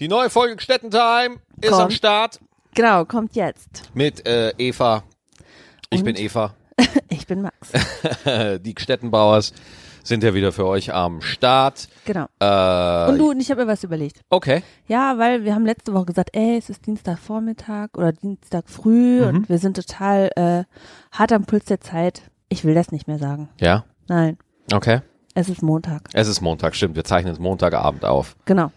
Die neue Folge Städtentime ist Kommt. am Start Genau, kommt jetzt. mit äh, Eva. Ich Und? bin Eva. Ich bin Max. Die Städtenbauers sind ja wieder für euch am Start. Genau. Äh, Und du, und ich habe mir was überlegt. okay. Ja, weil wir haben letzte Woche gesagt, ey, es ist Dienstagvormittag oder Dienstag früh Mhm. und wir sind total äh, hart am Puls der Zeit. Ich will das nicht mehr sagen. Ja. Nein, Okay. es ist Montag. Es ist Montag, stimmt. Wir zeichnen es Montagabend auf. Genau.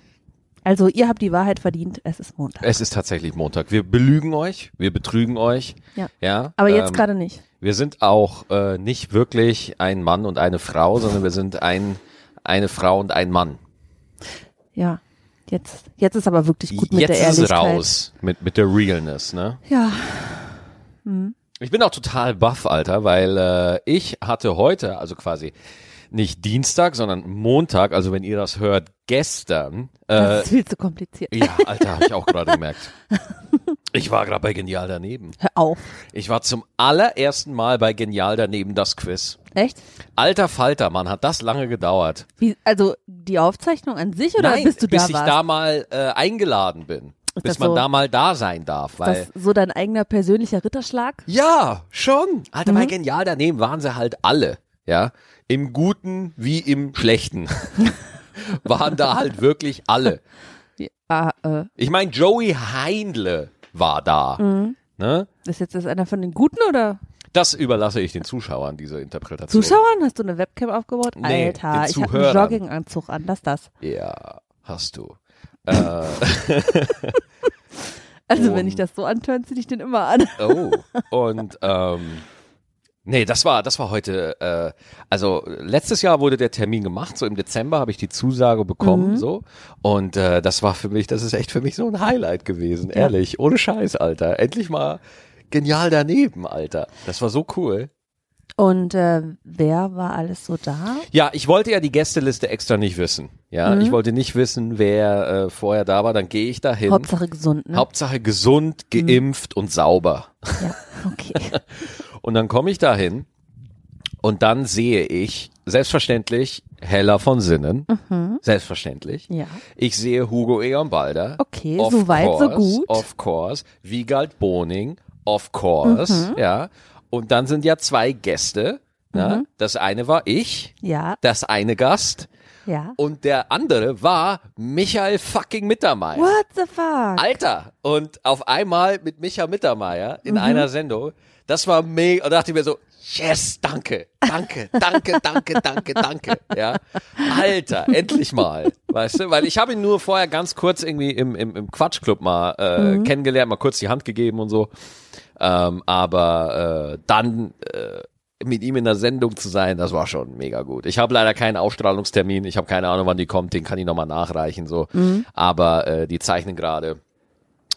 Also ihr habt die Wahrheit verdient, es ist Montag. Es ist tatsächlich Montag. Wir belügen euch, wir betrügen euch. Ja. ja Aber jetzt ähm, gerade nicht. Wir sind auch äh, nicht wirklich ein Mann und eine Frau, sondern wir sind ein, eine Frau und ein Mann. Ja. Jetzt, jetzt ist aber wirklich gut mit Jetzt der ist es Ehrlichkeit. raus mit, mit der Realness, ne? Ja. Ich bin auch total baff, Alter, weil äh, ich hatte heute, also quasi nicht Dienstag, sondern Montag, also wenn ihr das hört, gestern. Das Äh, ist viel zu kompliziert. ja, Alter, habe ich auch gerade gemerkt. Ich war gerade bei Genial daneben. Hör auf. Ich war zum allerersten Mal bei Genial daneben das Quiz. Echt? Alter Falter, Mann, hat das lange gedauert. Wie, also die Aufzeichnung an sich oder Nein, bist du bis da ich warst? da mal äh, eingeladen bin. Bis Ist das man so? da mal da sein darf. Weil das so dein eigener persönlicher Ritterschlag? Ja, schon. Alter, Mhm. bei Genial daneben waren sie halt alle. Ja. Im Guten wie im Schlechten. waren da halt wirklich alle. Ah, äh, Ich meine, Joey Heindle war da. Ne? ist jetzt das einer von den Guten oder Das überlasse ich den Zuschauern, diese Interpretation. Zuschauern? Hast du eine Webcam aufgebaut? Nee, Alter, den ich habe einen Zuhörern. Jogginganzug an, lass das. Ja, hast du. äh, Also Und- wenn ich das so antöne, zieh ich den immer an. Oh, und ähm, nee, das war, das war heute, äh, also letztes Jahr wurde der Termin gemacht, so im Dezember habe ich die Zusage bekommen, Mhm. so. Und äh, das war für mich, das ist echt für mich so ein Highlight gewesen, ehrlich, ohne Scheiß, Alter. Endlich mal genial daneben, Alter. Das war so cool. Und äh, wer war alles so da? Ja, ich wollte ja die Gästeliste extra nicht wissen. Ja, Mhm. ich wollte nicht wissen, wer äh, vorher da war, dann gehe ich da hin. Hauptsache gesund, ne? Hauptsache gesund, geimpft und sauber. ja, okay. Und dann komme ich dahin und dann sehe ich selbstverständlich Hella von Sinnen. Selbstverständlich. Mhm. Ja. Ich sehe Hugo Egon Balder. Okay, Of so weit, so course, gut. Of course. Wiegald Boning. Of course. Mhm. Ja. Und dann sind ja zwei Gäste. Na? Das eine war ich. Mhm. Ja, Das eine Gast. ja. Und der andere war Michael fucking Mittermeier. What the fuck? Alter! Und auf einmal mit Micha Mittermeier in einer Sendung. Das war mega. Und da dachte ich mir so, yes, danke, danke, danke, danke, danke, danke. Ja. Alter, endlich mal. Weißt du, weil ich habe ihn nur vorher ganz kurz irgendwie im, im, im Quatschclub mal äh, kennengelernt, mal kurz die Hand gegeben und so. Ähm, aber äh, dann äh, mit ihm in der Sendung zu sein, das war schon mega gut. Ich habe leider keinen Ausstrahlungstermin, ich habe keine Ahnung, wann die kommt, den kann ich nochmal nachreichen. so. Aber äh, die zeichnen gerade.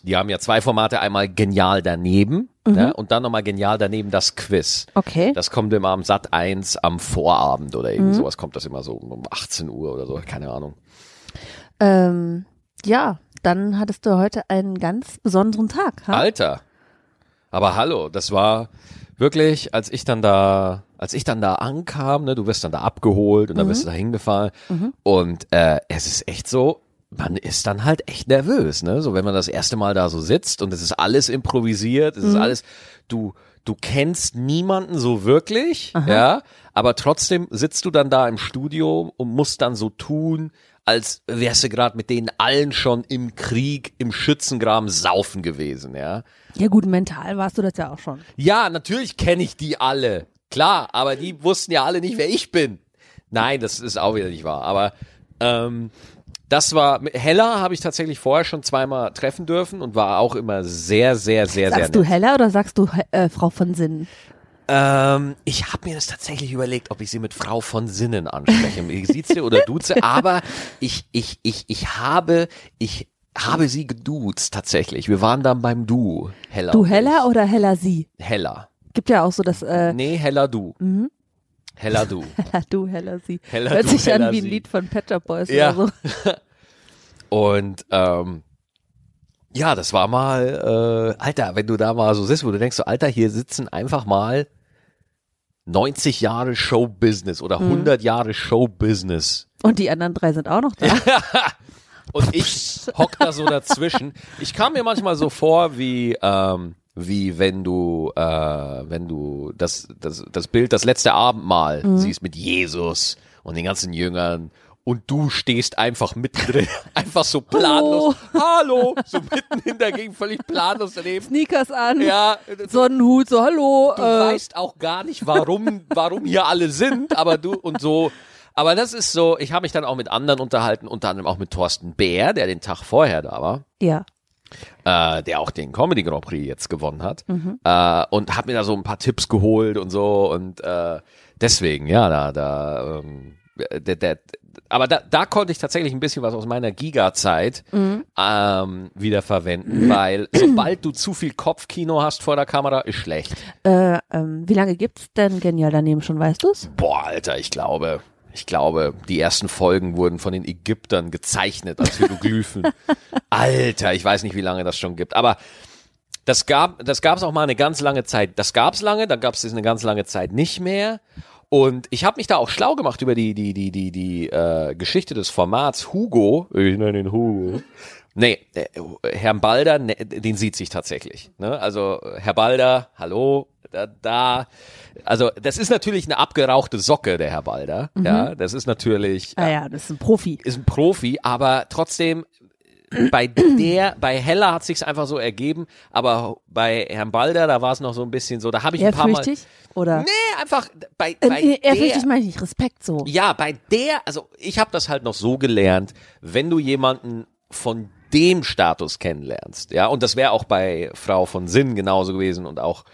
Die haben ja zwei Formate, einmal genial daneben ne, und dann nochmal genial daneben das Quiz. Okay. Das kommt immer am Sat 1 am Vorabend oder irgendwie sowas kommt das immer so um 18 Uhr oder so, keine Ahnung. Ähm, ja, dann hattest du heute einen ganz besonderen Tag. Ha? Alter. Aber hallo, das war wirklich, als ich dann da, als ich dann da ankam, ne, du wirst dann da abgeholt und dann bist du da hingefahren. Und äh, es ist echt so, man ist dann halt echt nervös, ne? So wenn man das erste Mal da so sitzt und es ist alles improvisiert, es ist alles, du, du kennst niemanden so wirklich, ja, aber trotzdem sitzt du dann da im Studio und musst dann so tun, als wärst du gerade mit denen allen schon im Krieg, im Schützengraben saufen gewesen, ja. Ja gut, mental warst du das ja auch schon. Ja, natürlich kenne ich die alle. Klar, aber die wussten ja alle nicht, wer ich bin. Nein, das ist auch wieder nicht wahr. Aber ähm, das war mit Hella habe ich tatsächlich vorher schon zweimal treffen dürfen und war auch immer sehr, sehr, sehr, sehr Sagst du nett. Hella oder sagst du äh, Frau von Sinnen? Ähm, ich habe mir das tatsächlich überlegt, ob ich sie mit Frau von Sinnen anspreche. Sieze oder duze, aber ich, ich, ich, ich habe, ich habe sie geduzt tatsächlich. Wir waren dann beim Du, Hella. Du und ich. Hella oder Hella sie? Hella. Gibt ja auch so das äh, Nee, Hella du. Mhm. Hella du. Hella du, Hella sie. Hella Hört du, sich Hella an wie ein sie. Lied von Pet Shop Boys Ja. oder so. Und ähm, ja, das war mal, äh, Alter, wenn du da mal so sitzt, wo du denkst, so, Alter, hier sitzen einfach mal 90 Jahre Showbusiness oder 100 Jahre Showbusiness. Und die anderen drei sind auch noch da. und ich hock da so dazwischen. Ich kam mir manchmal so vor wie ähm, wie wenn du äh, wenn du das das das Bild das letzte Abendmahl siehst mit Jesus und den ganzen Jüngern und du stehst einfach mittendrin, einfach so planlos. Hallo, so mitten in der Gegend völlig planlos daneben. Sneakers an, Ja, Sonnenhut, so hallo. du äh, weißt auch gar nicht, warum, warum hier alle sind, aber du und so. Aber das ist so, ich habe mich dann auch mit anderen unterhalten, unter anderem auch mit Thorsten Bär, der den Tag vorher da war ja. äh, der auch den Comedy Grand Prix jetzt gewonnen hat. Äh, und hab mir da so ein paar Tipps geholt und so. Und äh, deswegen, ja, da, da, ähm, der, der, aber da, da konnte ich tatsächlich ein bisschen was aus meiner Giga-Zeit ähm, wieder verwenden, weil sobald du zu viel Kopfkino hast vor der Kamera, ist schlecht. Äh, ähm, wie lange gibt's denn genial daneben schon, weißt du's? Boah, Alter, ich glaube. Ich glaube, die ersten Folgen wurden von den Ägyptern gezeichnet als Hieroglyphen. Alter, ich weiß nicht, wie lange das schon gibt. Aber das gab das gab's auch mal eine ganz lange Zeit. Das gab's lange, dann gab's es eine ganz lange Zeit nicht mehr. Und ich habe mich da auch schlau gemacht über die die die die die äh, Geschichte des Formats Hugo. Ich nenne ihn Hugo. Nee, äh, Herrn Balder, ne, den sieht sich tatsächlich. Ne? Also Herr Balder, hallo, da, da. Also das ist natürlich eine abgerauchte Socke, der Herr Balder. Ja, das ist natürlich Ah ja, das ist ein Profi. ist ein Profi, aber trotzdem bei der, bei Heller hat sich's einfach so ergeben, aber bei Herrn Balder, da war es noch so ein bisschen so, da habe ich ein paar Mal. Ehrfürchtig? Oder? Nee, einfach bei, Ähm, bei nee, der, ehrfürchtig meine ich nicht, Respekt so. ja, bei der, also ich habe das halt noch so gelernt, wenn du jemanden von dem Status kennenlernst, ja, und das wäre auch bei Frau von Sinn genauso gewesen und auch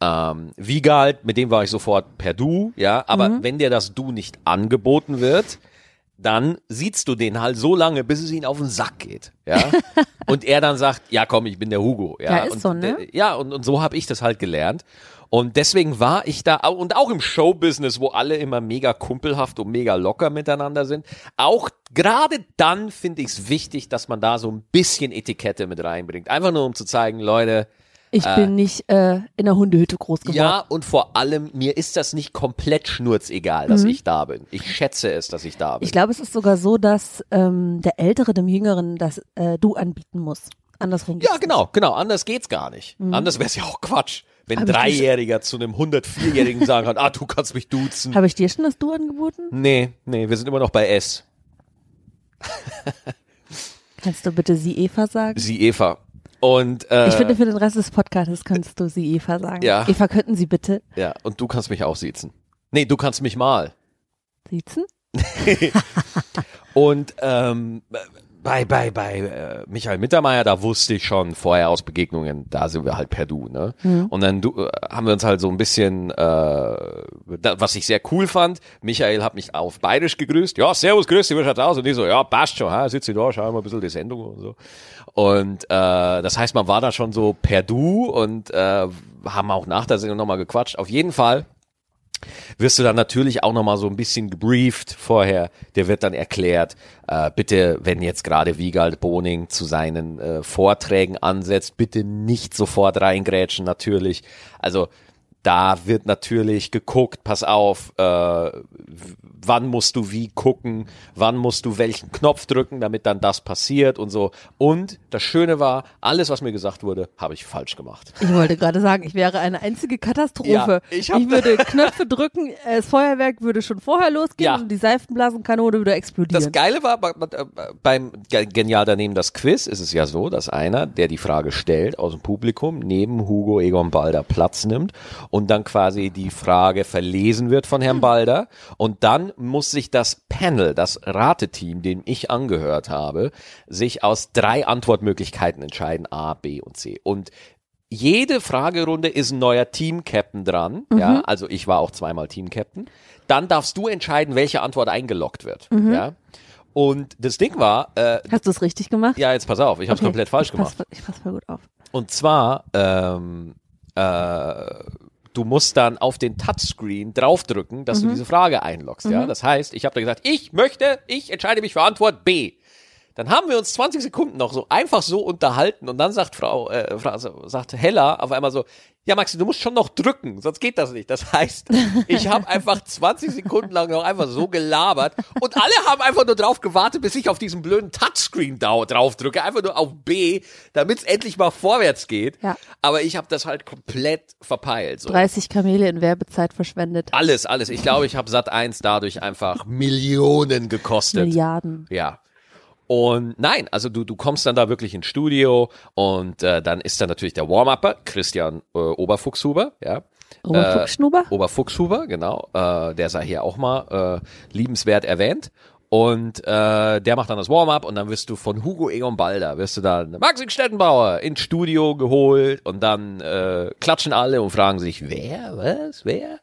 ähm, Wiegald, mit dem war ich sofort per Du, ja, aber wenn dir das Du nicht angeboten wird, dann siehst du den halt so lange, bis es ihn auf den Sack geht, ja, und er dann sagt, ja komm, ich bin der Hugo, ja, Ja, ist und so, ne? der- ja, und, und so habe ich das halt gelernt. Und deswegen war ich da, au- und auch im Showbusiness, wo alle immer mega kumpelhaft und mega locker miteinander sind, auch gerade dann finde ich es wichtig, dass man da so ein bisschen Etikette mit reinbringt. Einfach nur, um zu zeigen, Leute, Ich bin nicht äh, in der Hundehütte groß geworden. ja, und vor allem, mir ist das nicht komplett schnurzegal, dass ich da bin. Ich schätze es, dass ich da bin. Mhm. Ich glaube, es ist sogar so, dass ähm, der Ältere dem Jüngeren das äh, Du anbieten muss. Andersrum. Ja, geht's genau, genau. Anders geht's gar nicht. Mhm. Anders wär's ja auch Quatsch, wenn ein Aber das- Dreijähriger zu einem 104-Jährigen sagen kann, ah, du kannst mich duzen. nicht. Habe ich dir schon das Du angeboten? Nee, nee, wir sind immer noch bei S. Kannst du bitte sie Eva sagen? Sie Eva. Und äh, ich finde, für den Rest des Podcasts kannst du sie Eva sagen. Ja. Eva, könnten Sie bitte ja, und du kannst mich auch siezen. Nee, du kannst mich mal. siezen? Und ähm, bei bei bei äh, Michael Mittermeier, da wusste ich schon vorher aus Begegnungen, da sind wir halt per Du, ne? Und dann du, äh, haben wir uns halt so ein bisschen, äh, da, was ich sehr cool fand. Michael hat mich auf Bayerisch gegrüßt. Ja, servus, grüß dich, wie schaut's aus? Und ich so, ja, passt schon, ha, sitze da, schau mal ein bisschen die Sendung und so. Und äh, das heißt, man war da schon so per Du und äh, haben auch nach der Sendung nochmal gequatscht. Auf jeden Fall wirst du dann natürlich auch nochmal so ein bisschen gebrieft vorher. Der wird dann erklärt, äh, bitte, wenn jetzt gerade Wiegald Boning zu seinen äh, Vorträgen ansetzt, bitte nicht sofort reingrätschen, natürlich. Also da wird natürlich geguckt, pass auf, äh, w- wann musst du wie gucken, wann musst du welchen Knopf drücken, damit dann das passiert und so. Und das Schöne war, alles, was mir gesagt wurde, habe ich falsch gemacht. Ich wollte gerade sagen, ich wäre eine einzige Katastrophe. Ja, ich hab- würde Knöpfe drücken, äh, das Feuerwerk würde schon vorher losgehen Ja. und die Seifenblasenkanone würde Das explodieren. Geile war bei- bei- beim Ge- Genial daneben das Quiz ist es ja so, dass einer, der die Frage stellt aus dem Publikum, neben Hugo Egon Balder Platz nimmt und dann quasi die Frage verlesen wird von Herrn Balder und dann muss sich das Panel, das Rateteam, dem ich angehört habe, sich aus drei Antwortmöglichkeiten entscheiden, A, B und C. Und jede Fragerunde ist ein neuer Team-Captain dran. Ja, also ich war auch zweimal Team-Captain. Dann darfst du entscheiden, welche Antwort eingeloggt wird. Ja. Und das Ding war, äh, Hast du es richtig gemacht? ja, jetzt pass auf, ich habe es Okay, komplett falsch ich pass- gemacht. ich pass voll gut auf. Und zwar, ähm, äh, du musst dann auf den Touchscreen draufdrücken, dass du diese Frage einloggst. Ja? Das heißt, ich habe da gesagt, ich möchte, ich entscheide mich für Antwort B. Dann haben wir uns 20 Sekunden noch so einfach so unterhalten und dann sagt Frau, äh, Fra- also sagt Hella auf einmal so, ja Maxi, du musst schon noch drücken, sonst geht das nicht. Das heißt, ich habe einfach 20 Sekunden lang noch einfach so gelabert und alle haben einfach nur drauf gewartet, bis ich auf diesen blöden Touchscreen da drauf drücke, einfach nur auf B, damit es endlich mal vorwärts geht. Ja. Aber ich habe das halt komplett verpeilt. So. 30 Kamele in Werbezeit verschwendet. Alles, alles. Ich glaube, ich habe Sat 1 dadurch einfach Millionen gekostet. Milliarden. Ja. Und nein, also du, du kommst dann da wirklich ins Studio und äh, dann ist da natürlich der Warm-Upper, Christian äh, Oberfuchshuber, ja. Äh, Robert Fuchsschnuber? oh, Oberfuchshuber, genau. Äh, der sei hier auch mal äh, liebenswert erwähnt. Und äh, der macht dann das Warm-up und dann wirst du von Hugo Egon Balder, wirst du dann Maxi Stettenbauer ins Studio geholt und dann äh, klatschen alle und fragen sich, wer, was, wer?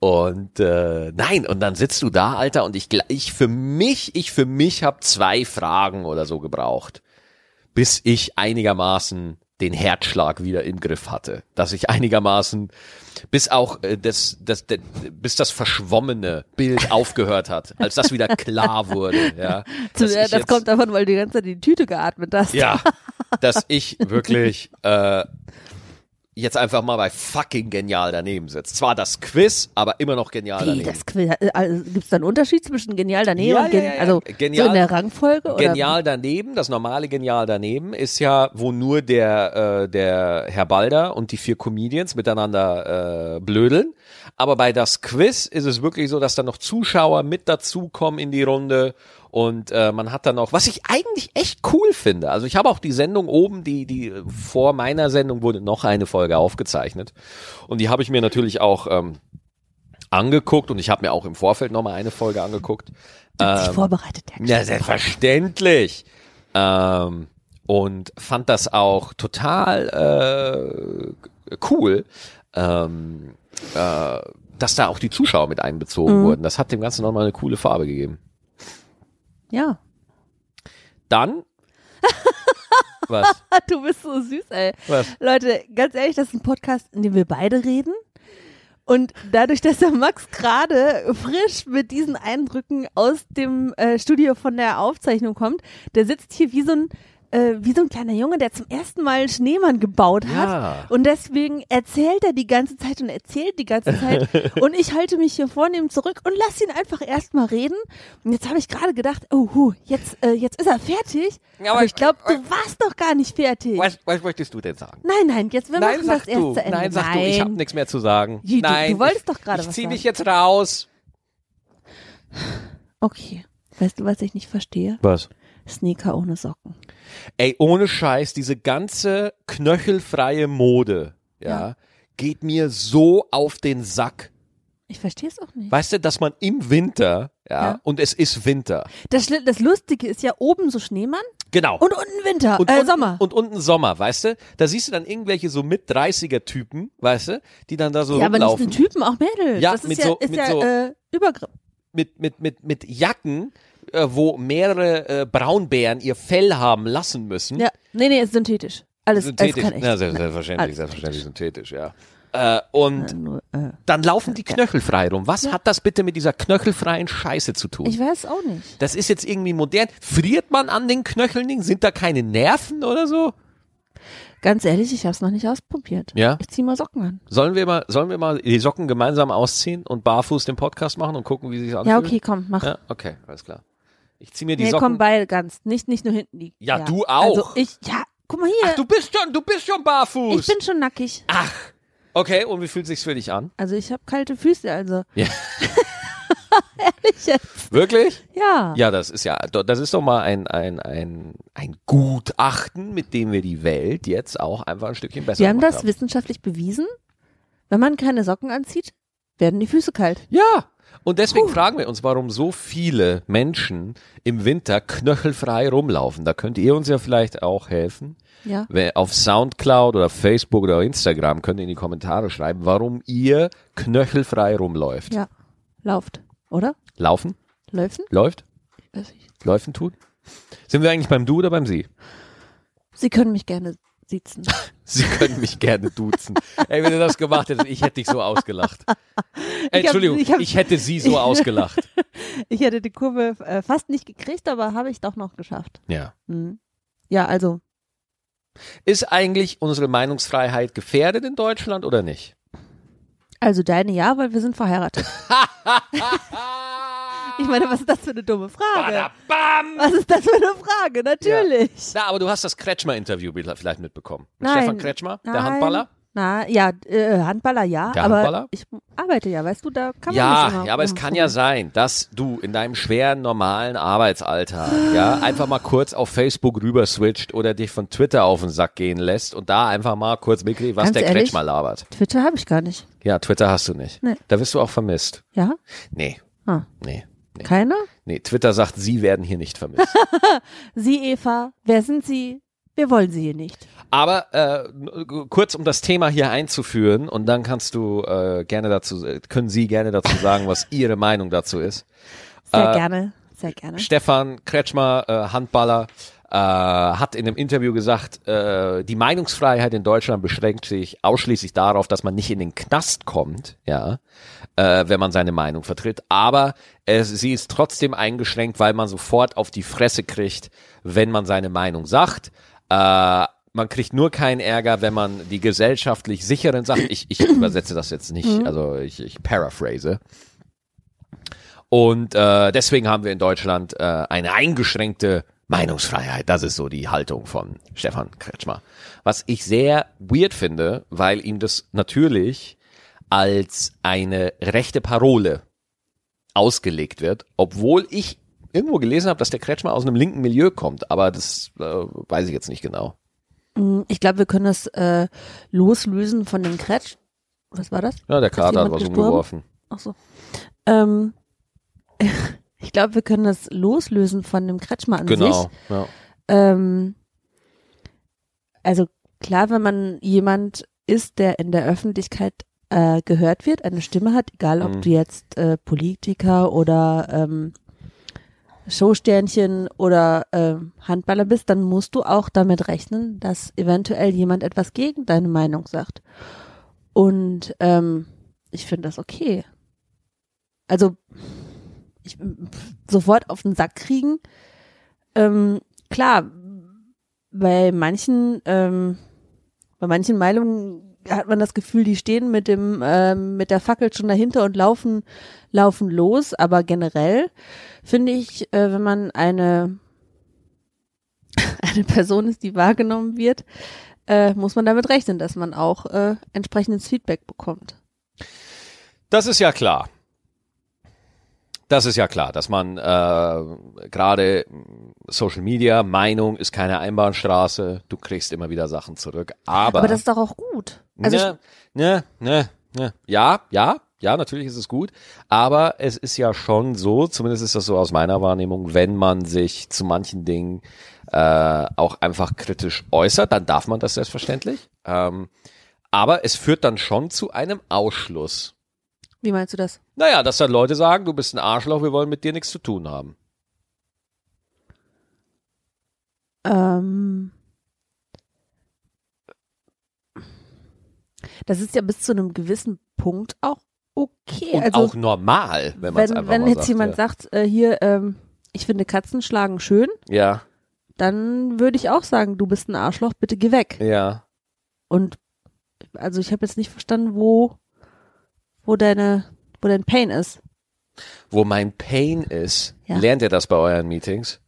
Und äh, nein, und dann sitzt du da, Alter, und ich, gl- ich für mich, ich für mich habe zwei Fragen oder so gebraucht, bis ich einigermaßen den Herzschlag wieder im Griff hatte, dass ich einigermaßen, bis auch äh, das, das, de- bis das verschwommene Bild aufgehört hat, als das wieder klar wurde. Ja, Zu- dass äh, ich das jetzt- kommt davon, weil du die ganze Zeit in die Tüte geatmet hast. ja, dass ich wirklich äh, jetzt einfach mal bei fucking genial daneben sitze. Zwar das Quiz, aber immer noch genial Wie, daneben. das Quiz, also, gibt's da einen Unterschied zwischen genial daneben Ja, und ja, gen ja, ja. also Genial- so in der Rangfolge? Genial daneben, das normale Genial daneben ist ja, wo nur der, äh, der Herr Balder und die vier Comedians miteinander äh, blödeln. Aber bei das Quiz ist es wirklich so, dass dann noch Zuschauer mit dazukommen in die Runde und äh, man hat dann auch, was ich eigentlich echt cool finde. Also ich habe auch die Sendung oben, die, die vor meiner Sendung wurde noch eine Folge aufgezeichnet. Und die habe ich mir natürlich auch ähm, angeguckt und ich habe mir auch im Vorfeld nochmal eine Folge angeguckt. Oder hat sich ähm, vorbereitet, der Ja, selbstverständlich. Ähm, und fand das auch total äh, cool, ähm, äh, dass da auch die Zuschauer mit einbezogen Mhm. wurden. Das hat dem Ganzen nochmal eine coole Farbe gegeben. Ja. Dann. was? Du bist so süß, ey. Was? Leute, ganz ehrlich, das ist ein Podcast, in dem wir beide reden. Und dadurch, dass der Max gerade frisch mit diesen Eindrücken aus dem äh, Studio von der Aufzeichnung kommt, der sitzt hier wie so ein äh, wie so ein kleiner Junge, der zum ersten Mal einen Schneemann gebaut hat. Ja. Und deswegen erzählt er die ganze Zeit und erzählt die ganze Zeit. und ich halte mich hier vornehm zurück und lass ihn einfach erstmal reden. Und jetzt habe ich gerade gedacht, oh, hu, jetzt, äh, jetzt ist er fertig. Ja, aber, aber- ich glaube, du warst doch gar nicht fertig. was? Was möchtest du denn sagen? Nein, nein, jetzt wir Nein, machen das sag erst du. zu Ende. Nein, sag du. Ich ne- habe nichts mehr zu sagen. Ji, du- Nein. du wolltest ich- doch gerade Ich was zieh sagen. mich jetzt raus. okay. Weißt du, was ich nicht verstehe? Was? Sneaker ohne Socken. Ey, ohne Scheiß, diese ganze knöchelfreie Mode, ja, Ja. geht mir so auf den Sack. Ich verstehe es auch nicht. Weißt du, dass man im Winter, ja, Ja. und es ist Winter. Das, Schli- das Lustige ist ja oben so Schneemann Genau. und unten Winter, und äh, unten, Sommer. Und unten Sommer, weißt du? Da siehst du dann irgendwelche so mit 30er Typen, weißt du, die dann da so ja, aber nicht rumlaufen nur Typen, auch Mädels. Ja, das ist mit ja, so- ist mit ja so- äh, Übergriff. mit mit mit mit Jacken, äh, wo mehrere äh, Braunbären ihr Fell haben lassen müssen. Ja, nee, nee, ist synthetisch. Alles, Hm? synthetisch. alles kann echt. Ja, sehr- selbstverständlich, alles selbstverständlich synthetisch, ja. Äh, und Äh, nur, äh, dann laufen die knöchelfrei rum. Was Ja. hat das bitte mit dieser knöchelfreien Scheiße zu tun? ich weiß auch nicht. das ist jetzt irgendwie modern. Friert man an den Knöcheln? nicht? Sind da keine Nerven oder so? Ganz ehrlich, ich habe es noch nicht ausprobiert. Ja. Ich zieh mal Socken an. Sollen wir mal, sollen wir mal die Socken gemeinsam ausziehen und barfuß den Podcast machen und gucken, wie sich anfühlt? Ja, okay, komm, mach. Ja, okay, alles klar. Ich zieh mir die nee, komm, Socken. beide ganz. Nicht, nicht nur hinten liegen. Ja, du auch. Also ich, ja, guck mal hier. Ach, du bist schon, du bist schon barfuß. ich bin schon nackig. Ach, okay. Und wie fühlt sich's für dich an? Also ich habe kalte Füße, also. Ja. Ehrlich jetzt? Wirklich? Ja. Ja, das ist ja, das ist doch mal ein, ein, ein, ein Gutachten, mit dem wir die Welt jetzt auch einfach ein Stückchen besser Wir haben gemacht das wissenschaftlich bewiesen. Wenn man keine Socken anzieht, werden die Füße kalt. Ja. Und deswegen fragen wir uns, warum so viele Menschen im Winter knöchelfrei rumlaufen. Da könnt ihr uns ja vielleicht auch helfen. Ja. Wer- Auf Soundcloud oder Facebook oder Instagram könnt ihr in die Kommentare schreiben, warum ihr knöchelfrei rumläuft. Ja. Lauft, oder? Laufen? Läufen? Läuft? Weiß ich. Läufen tut? Sind wir eigentlich beim Du oder beim Sie? Sie können mich gerne siezen. Sie können mich gerne duzen. Ey, wenn du das gemacht hättest, ich hätte dich so ausgelacht. Ey, hab- Entschuldigung, ich ich, hab- hätte sie so ausgelacht. Ich hätte die Kurve äh, fast nicht gekriegt, aber habe ich doch noch geschafft. Ja. Hm. Ja, also, Ist eigentlich unsere Meinungsfreiheit gefährdet in Deutschland oder nicht? also deine ja, weil wir sind verheiratet. Ich meine, was ist das für eine dumme Frage? Badabam! Was ist das für eine Frage? Natürlich. Na, aber du hast das Kretschmer-Interview bela- vielleicht mitbekommen. Mit Nein. Stefan Kretschmer, der Nein. Handballer. Na, ja, äh, Handballer ja, Der aber Handballer? ich arbeite ja, weißt du, da kann man nicht Ja, immer ja, aber es kann ja sein, dass du in deinem schweren, normalen Arbeitsalltag, ja, einfach mal kurz auf Facebook rüber switcht oder dich von Twitter auf den Sack gehen lässt und da einfach mal kurz mitkriegst, was Ganz der ehrlich? Kretschmer labert. Twitter habe ich gar nicht. Ja, Twitter hast du nicht. Nee. Da wirst du auch vermisst. Ja? Nee, Ah, nee, nee. keiner? Nee, Twitter sagt, sie werden hier nicht vermisst. Sie, Eva, wer sind Sie? Wir wollen Sie hier nicht. Aber äh, n- kurz, um das Thema hier einzuführen und dann kannst du äh, gerne dazu, äh, können Sie gerne dazu sagen, was Ihre Meinung dazu ist. Sehr Äh, gerne, sehr gerne. Stefan Kretschmer, äh, Handballer, äh, hat in einem Interview gesagt, äh, die Meinungsfreiheit in Deutschland beschränkt sich ausschließlich darauf, dass man nicht in den Knast kommt, ja, äh, wenn man seine Meinung vertritt, aber es, sie ist trotzdem eingeschränkt, weil man sofort auf die Fresse kriegt, wenn man seine Meinung sagt. Äh, man kriegt nur keinen Ärger, wenn man die gesellschaftlich sicheren Sachen, ich, ich übersetze das jetzt nicht, also ich, ich paraphrase, und äh, deswegen haben wir in Deutschland äh, eine eingeschränkte Meinungsfreiheit. Das ist so die Haltung von Stefan Kretschmer. Was ich sehr weird finde, weil ihm das natürlich als eine rechte Parole ausgelegt wird, obwohl ich irgendwo gelesen habe, dass der Kretschmer aus einem linken Milieu kommt, aber das äh, weiß ich jetzt nicht genau. Hm, Ich glaube, wir können das äh, loslösen von dem Kretsch. Was war das? Ja, der Kater hat jemand was gestorben? umgeworfen. Ach so. Ähm, ich glaube, wir können das loslösen von dem Kretschmer an sich. Genau. Ja. Ähm, also klar, wenn man jemand ist, der in der Öffentlichkeit äh, gehört wird, eine Stimme hat, egal ob Mhm. du jetzt äh, Politiker oder ähm, Showsternchen oder ähm, Handballer bist, dann musst du auch damit rechnen, dass eventuell jemand etwas gegen deine Meinung sagt. Und ähm, ich finde das okay. Also ich, sofort auf den Sack kriegen. Ähm, klar, bei manchen, ähm, bei manchen Meinungen hat man das Gefühl, die stehen mit dem, ähm, mit der Fackel schon dahinter und laufen, laufen los. Aber generell finde ich, äh, wenn man eine, eine Person ist, die wahrgenommen wird, äh, muss man damit rechnen, dass man auch äh, entsprechendes Feedback bekommt. Das ist ja klar. Das ist ja klar, dass man äh, gerade mh, Social Media, Meinung ist keine Einbahnstraße, du kriegst immer wieder Sachen zurück. Aber, Aber, das ist doch auch gut. Also ne, ne, ne, ne. ja, ja, ja, natürlich ist es gut, aber es ist ja schon so, zumindest ist das so aus meiner Wahrnehmung, wenn man sich zu manchen Dingen äh, auch einfach kritisch äußert, dann darf man das selbstverständlich. Ähm, aber es führt dann schon zu einem Ausschluss. wie meinst du das? Naja, dass dann Leute sagen, du bist ein Arschloch, wir wollen mit dir nichts zu tun haben. Ähm, das ist ja bis zu einem gewissen Punkt auch okay. Und also auch normal, wenn man es wenn, einfach wenn mal jetzt sagt. jemand ja. sagt, äh, hier, ähm, ich finde Katzen schlagen schön, ja, dann würde ich auch sagen, du bist ein Arschloch, bitte geh weg. ja. Und also ich habe jetzt nicht verstanden, wo, wo deine, wo dein Pain ist. Wo mein Pain ist, Ja. lernt ihr das bei euren Meetings?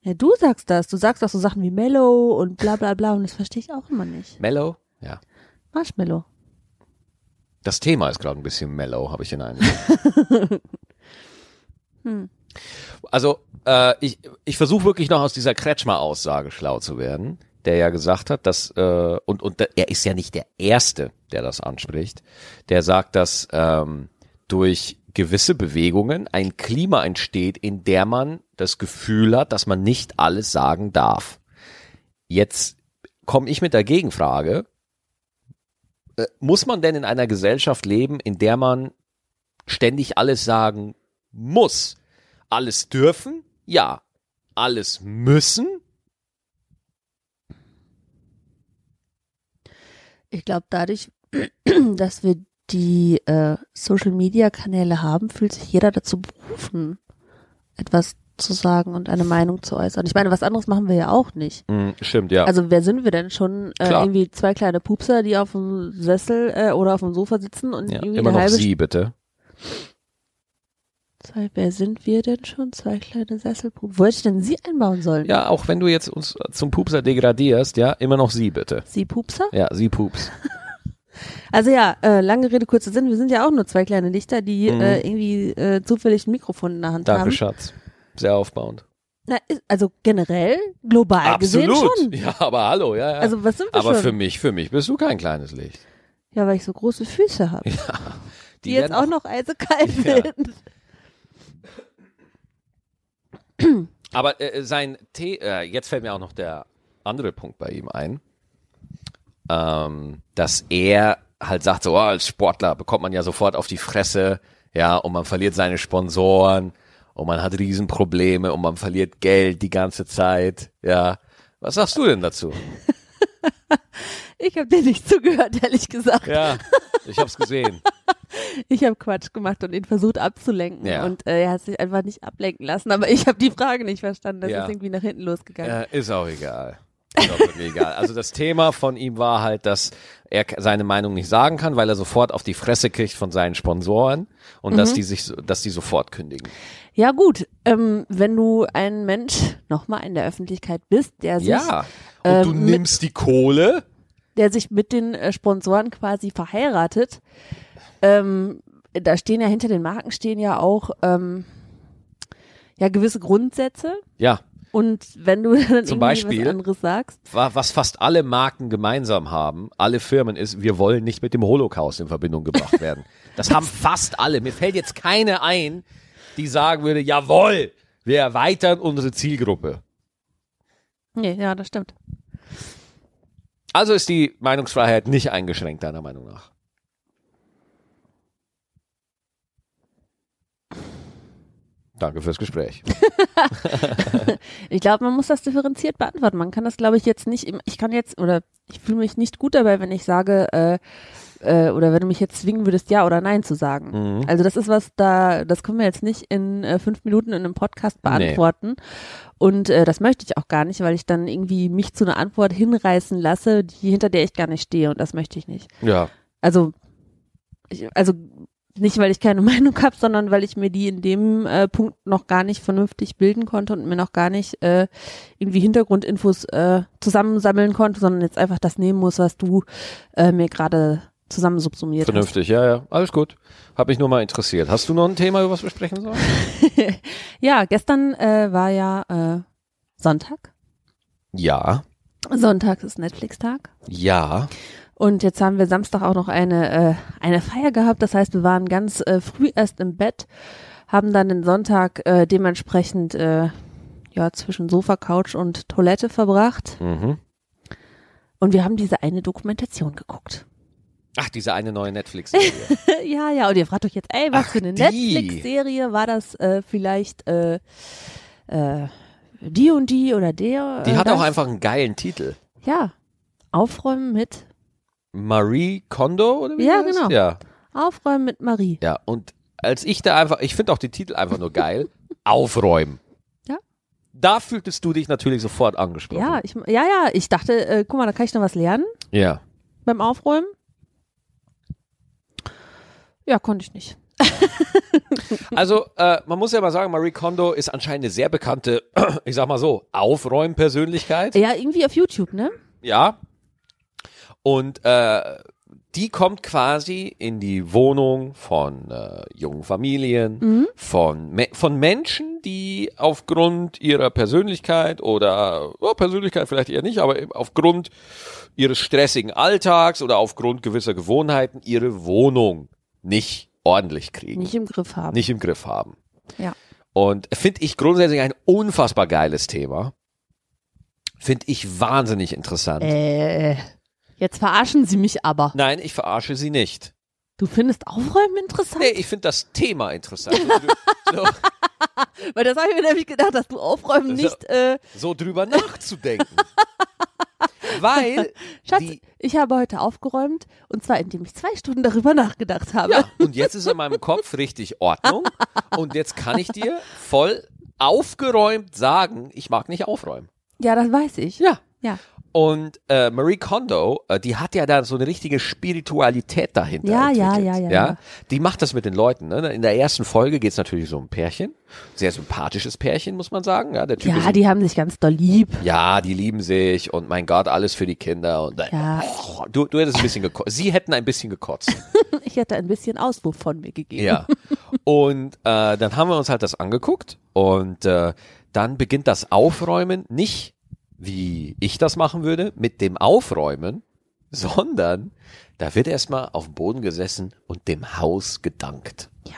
Ja, du sagst das. Du sagst auch so Sachen wie Mellow und bla bla bla und das verstehe ich auch immer nicht. Mellow? Ja. Marshmallow. Das Thema ist gerade ein bisschen mellow, habe ich den Eindruck. Hm. Also, äh, ich, ich versuche wirklich noch aus dieser Kretschmer-Aussage schlau zu werden, der ja gesagt hat, dass, äh, und, und da, er ist ja nicht der Erste, der das anspricht, der sagt, dass ähm, durch gewisse Bewegungen ein Klima entsteht, in der man das Gefühl hat, dass man nicht alles sagen darf. Jetzt komme ich mit der Gegenfrage. Äh, Muss man denn in einer Gesellschaft leben, in der man ständig alles sagen muss? Alles dürfen? Ja. Alles müssen? Ich glaube, dadurch, dass wir die äh, Social-Media-Kanäle haben, fühlt sich jeder dazu berufen, etwas zu sagen und eine Meinung zu äußern. Ich meine, was anderes machen wir ja auch nicht. Mm, stimmt, ja. Also wer sind wir denn schon? Äh, Klar. irgendwie zwei kleine Pupser, die auf dem Sessel äh, oder auf dem Sofa sitzen und ja. irgendwie Immer eine noch halbe sie, bitte. Zwei, wer sind wir denn schon? Zwei kleine Sesselpuppen. Wo hätte ich denn sie einbauen sollen? Ja, auch wenn du jetzt uns zum Pupser degradierst, ja, immer noch sie, bitte. Sie Pupser? Ja, sie pups. Also ja, äh, lange Rede, kurzer Sinn. Wir sind ja auch nur zwei kleine Lichter, die Mhm. äh, irgendwie äh, zufällig ein Mikrofon in der Hand Danke, haben. Schatz. Sehr aufbauend. Na, ist, also generell, global gesehen schon. Ja, aber hallo, ja, ja. Also was sind wir aber für schon? mich, für mich bist du kein kleines Licht. Ja, weil ich so große Füße habe, die, Die, jetzt werden auch noch eisekalt Ja. sind. Aber äh, sein Tee, äh, jetzt fällt mir auch noch der andere Punkt bei ihm ein, ähm, dass er halt sagt, so oh, als Sportler bekommt man ja sofort auf die Fresse, ja, und man verliert seine Sponsoren und man hat Riesenprobleme und man verliert Geld die ganze Zeit, ja. Was sagst du denn dazu? Ich habe dir nicht zugehört, ehrlich gesagt. Ja, ich hab's gesehen. Ich habe Quatsch gemacht und ihn versucht abzulenken. Ja. Und äh, er hat sich einfach nicht ablenken lassen, aber ich habe die Frage nicht verstanden. Das Ja. ist irgendwie nach hinten losgegangen. Äh, ist auch egal. Ist auch wirklich egal. Also das Thema von ihm war halt, dass er k- seine Meinung nicht sagen kann, weil er sofort auf die Fresse kriegt von seinen Sponsoren und dass die sich, so- dass die sofort kündigen. Ja gut, ähm, wenn du ein Mensch nochmal in der Öffentlichkeit bist, der sich, Ja. Und äh, du ähm, mit- nimmst die Kohle. der sich mit den äh, Sponsoren quasi verheiratet, ähm, da stehen ja hinter den Marken stehen ja auch ähm, ja gewisse Grundsätze Ja. und wenn du dann irgendwie Beispiel? was anderes sagst, wa- Was fast alle Marken gemeinsam haben, alle Firmen, ist, wir wollen nicht mit dem Holocaust in Verbindung gebracht werden. Das haben fast alle. Mir fällt jetzt keine ein, die sagen würde, jawohl, wir erweitern unsere Zielgruppe. nee, ja, das stimmt. Also ist die Meinungsfreiheit nicht eingeschränkt, deiner Meinung nach. Danke fürs Gespräch. Ich glaube, man muss das differenziert beantworten. Man kann das, glaube ich, jetzt nicht. Im, ich kann jetzt oder ich fühle mich nicht gut dabei, wenn ich sage äh, äh, oder wenn du mich jetzt zwingen würdest, ja oder nein zu sagen. Also das ist was da, das können wir jetzt nicht in äh, fünf Minuten in einem Podcast beantworten. Und äh, das möchte ich auch gar nicht, weil ich dann irgendwie mich zu einer Antwort hinreißen lasse, die hinter der ich gar nicht stehe. Und das möchte ich nicht. Ja. Also ich, also nicht, weil ich keine Meinung habe, sondern weil ich mir die in dem äh, Punkt noch gar nicht vernünftig bilden konnte und mir noch gar nicht äh, irgendwie Hintergrundinfos äh, zusammensammeln konnte, sondern jetzt einfach das nehmen muss, was du äh, mir gerade zusammen subsumiert Vernünftig, ja, ja. Alles gut. Hab mich nur mal interessiert. Hast du noch ein Thema, über was wir sprechen sollen? hast. Ja, gestern äh, war ja äh, Sonntag. Ja. Sonntag ist Netflix-Tag. Ja. Und jetzt haben wir Samstag auch noch eine, äh, eine Feier gehabt. Das heißt, wir waren ganz äh, früh erst im Bett, haben dann den Sonntag äh, dementsprechend äh, ja, zwischen Sofa, Couch und Toilette verbracht. Mhm. Und wir haben diese eine Dokumentation geguckt. Ach, diese eine neue Netflix-Serie. ja, ja, und ihr fragt euch jetzt, ey, was Ach, für eine die. Netflix-Serie war das äh, vielleicht äh, äh, die und die oder der? Die äh, hat das? auch einfach einen geilen Titel. Ja, aufräumen mit, Marie Kondo, oder wie Ja, die heißt? genau. Ja. aufräumen mit Marie. Ja, und als ich da einfach, ich finde auch den Titel einfach nur geil, aufräumen. Ja. Da fühltest du dich natürlich sofort angesprochen. Ja, ich, ja, ja, ich dachte, äh, guck mal, da kann ich noch was lernen. Ja. beim Aufräumen? Ja, konnte ich nicht. Also, äh, man muss ja mal sagen, Marie Kondo ist anscheinend eine sehr bekannte, ich sag mal so, Aufräumpersönlichkeit. Ja, irgendwie auf YouTube, ne? Ja. Und äh, die kommt quasi in die Wohnung von äh, jungen Familien, Mhm. von, Me von Menschen, die aufgrund ihrer Persönlichkeit oder oh, Persönlichkeit vielleicht eher nicht, aber eben aufgrund ihres stressigen Alltags oder aufgrund gewisser Gewohnheiten ihre Wohnung nicht ordentlich kriegen. Nicht im Griff haben. nicht im Griff haben. Ja. Und finde ich grundsätzlich ein unfassbar geiles Thema. Finde ich wahnsinnig interessant. Äh, jetzt verarschen sie mich aber. Nein, ich verarsche sie nicht. Du findest Aufräumen interessant? Nee, ich finde das Thema interessant. So, drü so, Weil das habe ich mir nämlich gedacht, dass du Aufräumen Also- nicht äh, so drüber nachzudenken. Weil Schatz, Die- ich habe heute aufgeräumt und zwar, indem ich zwei Stunden darüber nachgedacht habe. Ja, und jetzt ist in meinem Kopf richtig Ordnung und jetzt kann ich dir voll aufgeräumt sagen, ich mag nicht aufräumen. Ja, das weiß ich. Ja. Ja. Und äh, Marie Kondo, äh, die hat ja da so eine richtige Spiritualität dahinter. Ja, ja, entwickelt, ja, ja, ja. Die macht das mit den Leuten. Ne? In der ersten Folge geht's natürlich so um ein Pärchen. Sehr sympathisches Pärchen, muss man sagen. Ja, der typ ist Ja, die haben sich ganz doll lieb. ja, die lieben sich und mein Gott, alles für die Kinder. Und dann, Ja. oh, du, du hättest ein bisschen gekotzt. Sie hätten ein bisschen gekotzt. Ich hätte ein bisschen Auswurf von mir gegeben. Ja. Und äh, dann haben wir uns halt das angeguckt und äh, dann beginnt das Aufräumen nicht, wie ich das machen würde, mit dem Aufräumen, sondern da wird erstmal auf dem Boden gesessen und dem Haus gedankt. Ja.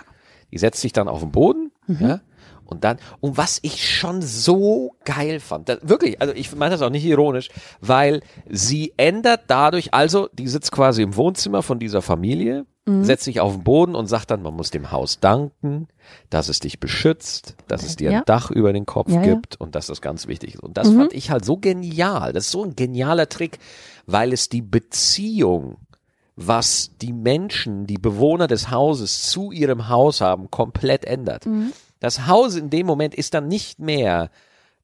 Die setzt sich dann auf den Boden, ja. Und dann, und was ich schon so geil fand, das, wirklich, also ich meine das auch nicht ironisch, weil sie ändert dadurch, also die sitzt quasi im Wohnzimmer von dieser Familie, setzt sich auf den Boden und sagt dann, man muss dem Haus danken, dass es dich beschützt, dass es dir Ja. ein Dach über den Kopf Ja, Mhm. ja. gibt und dass das ganz wichtig ist. Und das fand ich halt so genial, das ist so ein genialer Trick, weil es die Beziehung was die Menschen, die Bewohner des Hauses zu ihrem Haus haben, komplett ändert. Mhm. Das Haus in dem Moment ist dann nicht mehr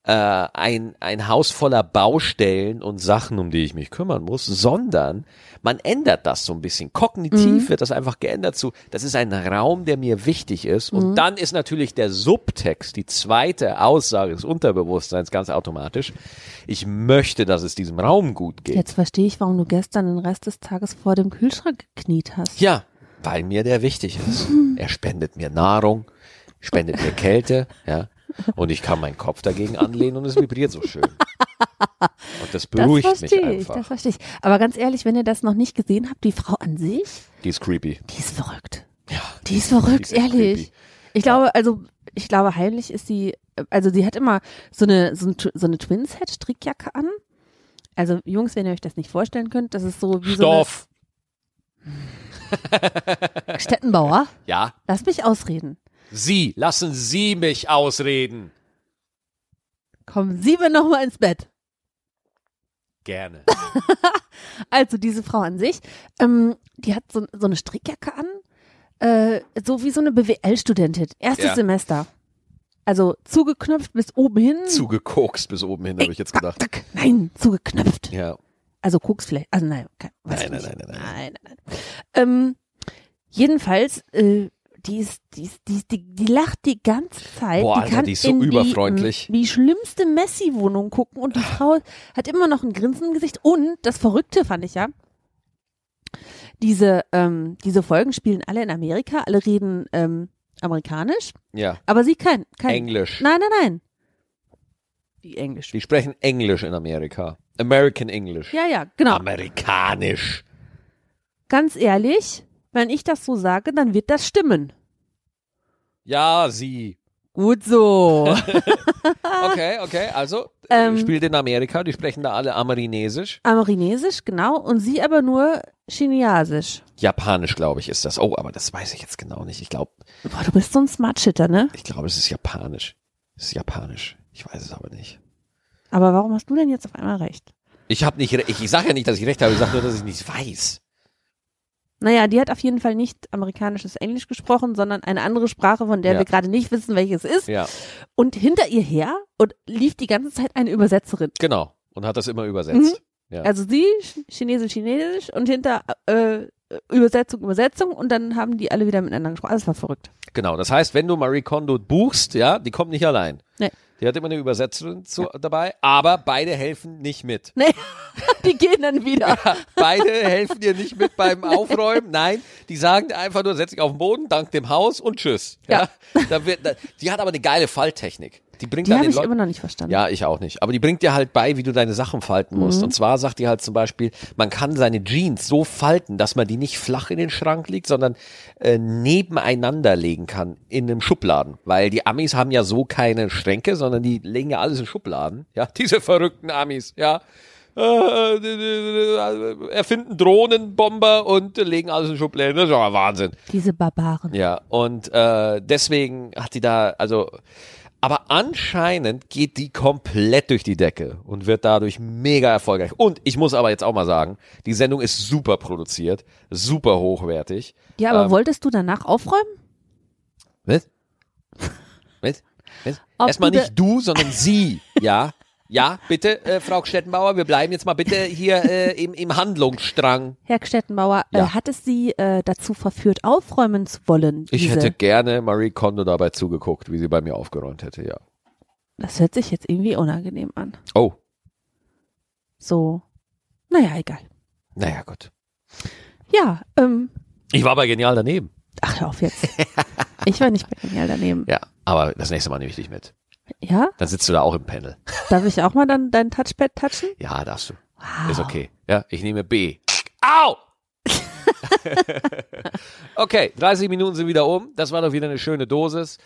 äh, ein, ein Haus voller Baustellen und Sachen, um die ich mich kümmern muss, sondern man ändert das so ein bisschen. Kognitiv wird das einfach geändert zu, das ist ein Raum, der mir wichtig ist. Und dann ist natürlich der Subtext, die zweite Aussage des Unterbewusstseins ganz automatisch. Ich möchte, dass es diesem Raum gut geht. Jetzt verstehe ich, warum du gestern den Rest des Tages vor dem Kühlschrank gekniet hast. Ja, weil mir der wichtig ist. Mhm. Er spendet mir Nahrung, spendet mir Kälte, ja. Und ich kann meinen Kopf dagegen anlehnen und es vibriert so schön. Und das das beruhigt mich verstehe ich, einfach. das verstehe ich. Aber ganz ehrlich, wenn ihr das noch nicht gesehen habt, die Frau an sich, Die ist creepy. die ist verrückt. Ja, Die ist verrückt, ist echt ehrlich. creepy. Ich glaube, also, ich glaube, heimlich ist sie, also sie hat immer so eine, so eine, Tw- so eine Twins-Head-Strickjacke an. Also, Jungs, wenn ihr euch das nicht vorstellen könnt, das ist so wie Stoff. so eine Stettenbauer. Ja, Lass mich ausreden. Sie, lassen Sie mich ausreden. Kommen Sie mir nochmal ins Bett. Gerne. Also diese Frau an sich, ähm, die hat so, so eine Strickjacke an, äh, so wie so eine BWL-Studentin, erstes Ja. Semester. Also zugeknöpft bis oben hin. Zugekokst bis oben hin, habe ich jetzt gedacht. Zack, zack. Nein, zugeknöpft. Ja. Also Koks vielleicht. Also nein, kein, weiß Nein, ich nein, nicht. nein, nein, nein, nein. Ähm, jedenfalls, äh, die ist, die ist, die, ist, die, die lacht die ganze Zeit. Boah, die Alter, kann die ist so in überfreundlich. Ah. Die, die schlimmste Messi-Wohnung gucken und die Frau hat immer noch ein Grinsen im Gesicht. Und das Verrückte fand ich ja. Diese, ähm, diese Folgen spielen alle in Amerika, alle reden ähm, amerikanisch, Ja. aber sie kein, kein Englisch. Nein, nein, nein. Wie Englisch. Die sprechen Englisch in Amerika. American English. Ja, ja, genau. Amerikanisch. ganz ehrlich, wenn ich das so sage, dann wird das stimmen. Ja, sie. Gut so. Okay, okay, also Ähm. spielt in Amerika, die sprechen da alle Amerinesisch. Amarinesisch, genau, und sie aber nur Chinesisch. Japanisch, glaube ich, ist das. Oh, aber das weiß ich jetzt genau nicht. Ich glaube, Boah, du bist so ein Smartshitter, ne? ich glaube, es ist Japanisch. Es ist Japanisch. Ich weiß es aber nicht. Aber warum hast du denn jetzt auf einmal recht? Ich habe nicht, re- ich, ich sage ja nicht, dass ich recht habe, ich sage nur, dass ich nicht weiß. Naja, die hat auf jeden Fall nicht amerikanisches Englisch gesprochen, sondern eine andere Sprache, von der Ja. wir gerade nicht wissen, welche es ist. Ja, Und hinter ihr her und lief die ganze Zeit eine Übersetzerin. genau. Und hat das immer übersetzt. Ja. Also sie, Ch- Chinesisch, Chinesisch und hinter äh, Übersetzung, Übersetzung und dann haben die alle wieder miteinander gesprochen. Das war verrückt. Genau. Das heißt, wenn du Marie Kondo buchst, ja, die kommt nicht allein. Nee. Die hat immer eine Übersetzerin zu, dabei, aber beide helfen nicht mit. Nee, die gehen dann wieder. Beide helfen dir nicht mit beim Aufräumen. Nein, die sagen dir einfach nur, setz dich auf den Boden, dank dem Haus und tschüss. Ja. Da wird, da, die hat aber eine geile Falltechnik. Die bringt Die dann habe den ich Leuten. immer noch nicht verstanden. Ja, ich auch nicht. Aber die bringt dir halt bei, wie du deine Sachen falten musst. Und zwar sagt die halt zum Beispiel, man kann seine Jeans so falten, dass man die nicht flach in den Schrank legt, sondern äh, nebeneinander legen kann in einem Schubladen. Weil die Amis haben ja so keine Schränke, sondern die legen ja alles in Schubladen. Ja, diese verrückten Amis, ja. Äh, d- d- d- erfinden Drohnenbomber und legen alles in Schubladen. Das ist ja Wahnsinn. Diese Barbaren. Ja, und äh, deswegen hat die da, also Aber anscheinend geht die komplett durch die Decke und wird dadurch mega erfolgreich. Und ich muss aber jetzt auch mal sagen, die Sendung ist super produziert, super hochwertig. Ja, aber Ähm, wolltest du danach aufräumen? Was? Was? Was? Ob Erstmal du nicht du, sondern sie, ja. Ja, bitte, äh, Frau Stettenbauer, wir bleiben jetzt mal bitte hier äh, im, im Handlungsstrang. Herr Stettenbauer, äh, Ja. hat es Sie äh, dazu verführt, aufräumen zu wollen? Ich diese? hätte gerne Marie Kondo dabei zugeguckt, wie sie bei mir aufgeräumt hätte, ja. Das hört sich jetzt irgendwie unangenehm an. Oh, So. Naja, egal. naja, gut. Ja, ähm, Ich war aber genial daneben. ach, hör auf jetzt. Ich war nicht bei Daniel daneben. Ja, aber das nächste Mal nehme ich dich mit. Ja? Dann sitzt du da auch im Panel. Darf ich auch mal dann dein Touchpad touchen? Ja, darfst du. Wow. Ist okay. Ja, ich nehme B. Au! okay, 30 Minuten sind wieder um. Das war doch wieder eine schöne Dosis.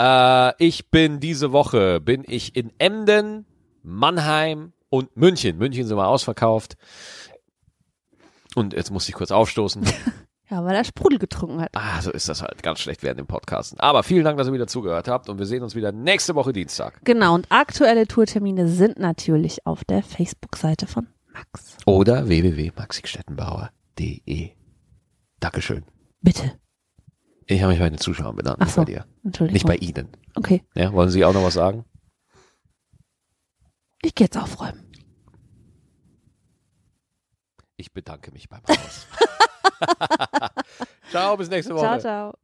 Äh, ich bin diese Woche bin ich in Emden, Mannheim und München. München sind mal ausverkauft. Und jetzt muss ich kurz aufstoßen. Ja, weil er Sprudel getrunken hat. Ah, so ist das halt ganz schlecht während dem Podcasten. Aber vielen Dank, dass ihr wieder zugehört habt und wir sehen uns wieder nächste Woche Dienstag. Genau, und aktuelle Tourtermine sind natürlich auf der Facebook-Seite von Max. Oder www.maxikstättenbauer.de. Dankeschön. Bitte. Ich habe mich bei den Zuschauern bedankt, Ach nicht so. bei dir. Entschuldigung. Nicht bei Ihnen. Okay, Ja, wollen Sie auch noch was sagen? ich gehe jetzt aufräumen. Ich bedanke mich beim Haus. Ciao, bis nächste Woche. Ciao, ciao.